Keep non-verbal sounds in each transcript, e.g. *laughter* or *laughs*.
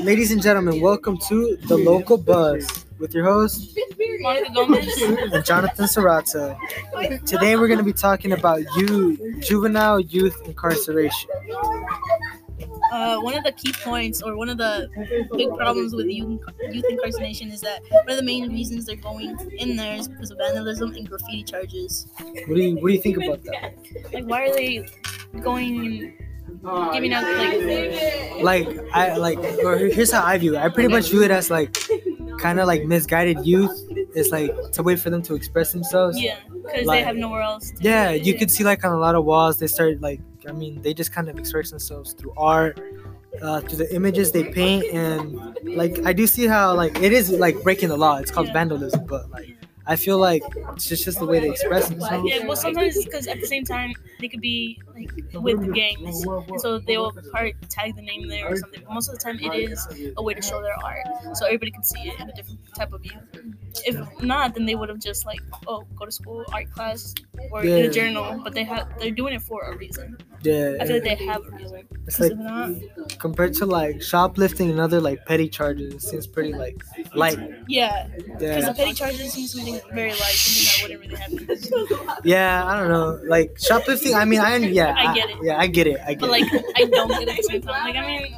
Ladies and gentlemen, welcome to The Local Buzz with your host Monica Gomez. and Jonathan Serrata. Today we're going to be talking about youth, juvenile youth incarceration. *laughs* Uh, one of the key points, or one of the big problems with youth, youth incarceration, is that one of the main reasons they're going in there is because of vandalism and graffiti charges. What do you what do you think about that? Like, why are they going and giving out like? Like I like or here- here's how I view it. I pretty much view it as like kind of like misguided youth. It's like to wait for them to express themselves. Yeah, because they Like- have nowhere else. To Yeah, you could see like on a lot of walls they start like I mean they just kind of express themselves through art, uh, through the images they paint, and like I do see how like it is like breaking the law. It's called Yeah. vandalism, but like I feel like it's just, just the way they express themselves. Yeah, well, sometimes because at the same time they could be like with gangs, and so they will part tag the name there or something. But most of the time, it is a way to show their art, so everybody can see it in a different type of view. If not, then they would have just like, oh, go to school, art class, or get Yeah. a journal. But they have they're doing it for a reason. Yeah, I feel like they have a reason. it's 'Cause like if not, compared to like shoplifting and other like petty charges, it seems pretty like light. yeah, because Yeah, the petty charges seems something very light, something that wouldn't really happen. yeah, I don't know. Like shoplifting, I mean, I yeah, I get it. Yeah, I get it. I get but like I don't get it at the same time. Like I mean,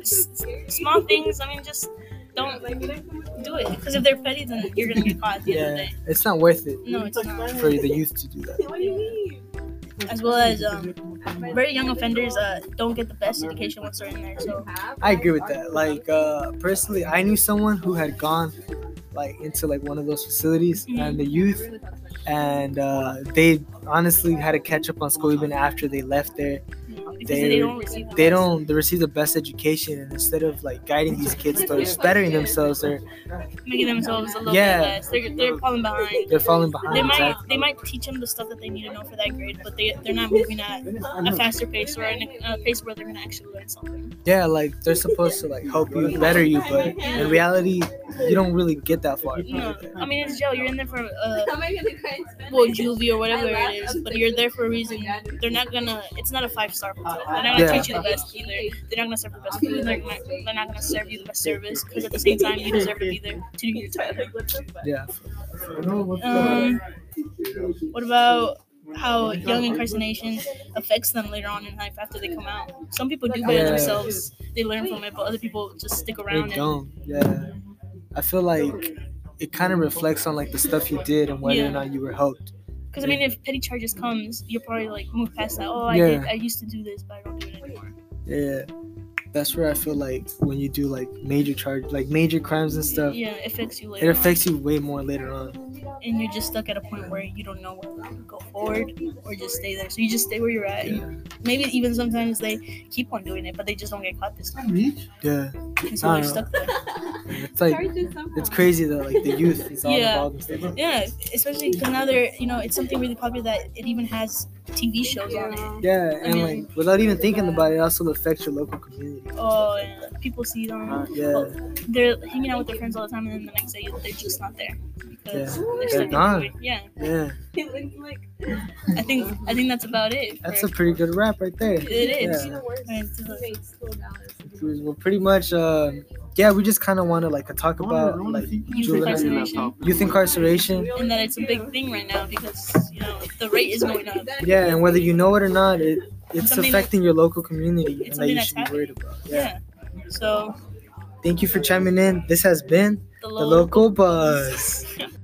s- s- small things. I mean, just don't do it because if they're petty, then you're gonna get caught at it. the end of the Yeah, day. it's not worth it No, it's not. for the youth to do that. As well as um, very young offenders uh, don't get the best education once they're in there. So I agree with that. Like uh, personally, I knew someone who had gone like into like one of those facilities Mhm. and the youth, and uh, they honestly had to catch up on school even after they left there. because They- they, don't receive. the They best. don't they receive the best education, and instead of like guiding these kids towards bettering themselves, they're making themselves a little Yeah. bit less. They're, they're falling behind. they're falling behind. They might exactly. they might teach them the stuff that they need to know for that grade, but they they're not moving at a faster pace or in a, a pace where they're gonna actually learn something. Yeah, like they're supposed to like help you, better you, but in reality, you don't really get that far. No, I mean it's jail. You're in there for uh, well, Well, you juvie or whatever it is, but you're there for a reason. They're not gonna. It's not a five star hotel. They're not gonna Yeah. treat you the best either. They're not gonna serve the best food. They're not, they're not gonna serve you the best service because at the same time you deserve to be there to do your time. Yeah, Um, what about how young incarceration affects them later on in life after they come out? Some people do better Yeah. themselves. They learn from it, but other people just stick they around. And, don't. Yeah, I feel like it kind of reflects on like the stuff you did and whether or Yeah. not you were helped. Because I mean, if petty charges comes, you'll probably like move past that. Oh, I Yeah. did. I used to do this, but I don't do it anymore. Yeah, that's where I feel like when you do like major charge, like major crimes and stuff, Yeah, it affects you it later. affects you way more later on. and you're just stuck at a point where you don't know whether to go forward or just stay there. So you just stay where you're at. Yeah, Maybe even sometimes they keep on doing it, but they just don't get caught this time. yeah. And so I don't they're know. stuck there. It's like it's crazy that like the youth is all Yeah. involved in stuff. Yeah, especially because now they're, you know, it's something really popular that it even has TV shows on it. Yeah, and mean- like without even thinking about it, it also affects your local community. Oh, yeah. people see it on. Yeah, They're hanging out with their friends all the time, and then the next day they're just not there. Because Yeah. they're They're stuck gone. everywhere. Yeah, yeah, I think I think that's about it. that's for- a pretty good rap right there. It is. Yeah. and to the- Well, pretty much, uh, yeah, we just kind of want to like talk about like Youth Juvenile- incarceration, youth incarceration. and that it's a big thing right now because you know the rate is going up. Yeah, and whether you know it or not, it it's Something that- affecting your local community and It's that you something should be that's worried about. Yeah. Yeah. So Thank you for chiming in. This has been the the low. *laughs* local buzz. The